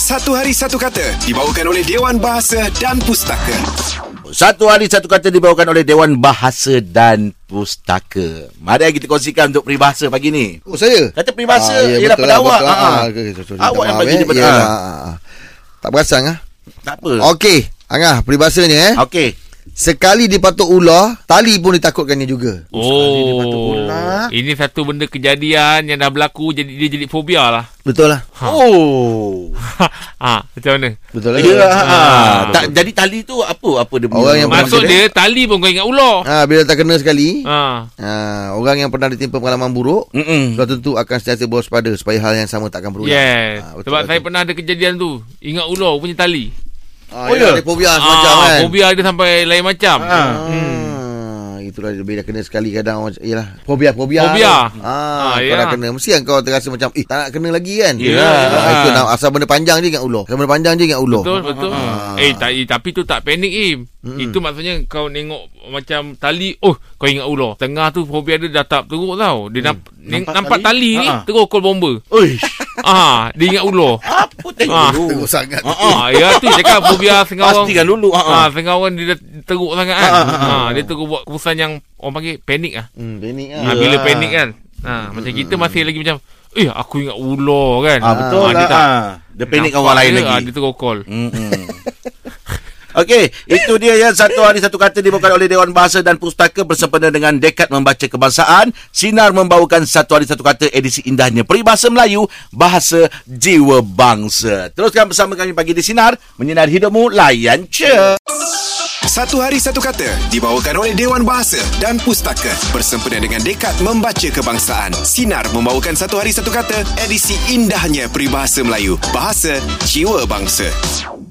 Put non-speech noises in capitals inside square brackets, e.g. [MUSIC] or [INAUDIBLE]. Satu Hari Satu Kata dibawakan oleh Dewan Bahasa dan Pustaka. Satu hari satu kata dibawakan oleh Dewan Bahasa dan Pustaka. Mari kita kongsikan untuk peribahasa pagi ni. Oh saya? Kata peribahasa Ah, ya, ialah betul pada lah, awak. betul lah. Ah, Ah, okay, sorry, awak minta yang maaf, bagi dia pada- Ya, ah. ah, ah. Tak perasan ah. Tak apa. Okey, Angah peribahasa ni eh. Okey. Sekali dipatuk ular, tali pun ditakutkannya juga. Oh, ini satu benda kejadian yang dah berlaku jadi dia jadi fobia [LAUGHS] lah. Betul lah. Oh. ha, macam mana? Betul lah. Ya, ha. betul. Tak, jadi tali tu apa apa dia punya? Orang yang maksud Maksud dia tali pun kau ingat ular. Ah, bila tak kena sekali, Ha. ah, orang yang pernah ditimpa pengalaman buruk, Mm-mm. sudah tentu akan sentiasa berwaspada supaya hal yang sama takkan berulang. Yes. Ah, betul Sebab lah saya tu. pernah ada kejadian tu. Ingat ular punya tali. Ah, Oh, oh, ya? ya. Ada fobia semacam Ah, kan. Fobia dia sampai lain macam. Ha. Ah, itulah bila kena sekali kadang orang cakap, yalah fobia fobia. Fobia. Ah, Ah, kau ya. dah kena mesti kan kau terasa macam eh tak nak kena lagi kan. Ya. Ah, itu nak asal benda panjang je ingat ular. Asal benda panjang je ingat ular. Betul, betul. Eh, tak, eh, tapi tu tak panik, Im. Itu maksudnya kau tengok macam tali, oh, kau ingat ular. Tengah tu fobia dia dah tak teruk tau. Dia namp- Hmm. nampak, nampak tali, Ah. ni, Ha-ha. terus call bomba. Oi, ah, dia ingat ular. apa tengok Ah. dulu. Teruk sangat. [LAUGHS] Ah, ya tu cakap fobia setengah orang. Pastikan dulu. Ha. Ah, setengah orang dia dah teruk sangat kan. Ah, dia teruk buat keputusan yang orang panggil panik ah. Hmm, panik ah. Ya. Ah, bila panik kan. Ah, macam kita masih lagi macam, "Eh, aku ingat ular kan." Ah, betul dia lah. tak Ah. Dia panik nampak orang lain dia, lagi. Hmm. Ah, dia terus call. Mm-mm. [LAUGHS] Okey, itu dia ya satu hari satu kata dibawakan oleh Dewan Bahasa dan Pustaka bersempena dengan Dekat Membaca Kebangsaan. Sinar membawakan satu hari satu kata edisi indahnya peribahasa Melayu, bahasa jiwa bangsa. Teruskan bersama kami pagi di Sinar, menyinar hidupmu layan cer. Satu Hari Satu Kata dibawakan oleh Dewan Bahasa dan Pustaka bersempena dengan Dekat Membaca Kebangsaan. Sinar membawakan Satu Hari Satu Kata edisi indahnya peribahasa Melayu, bahasa jiwa bangsa.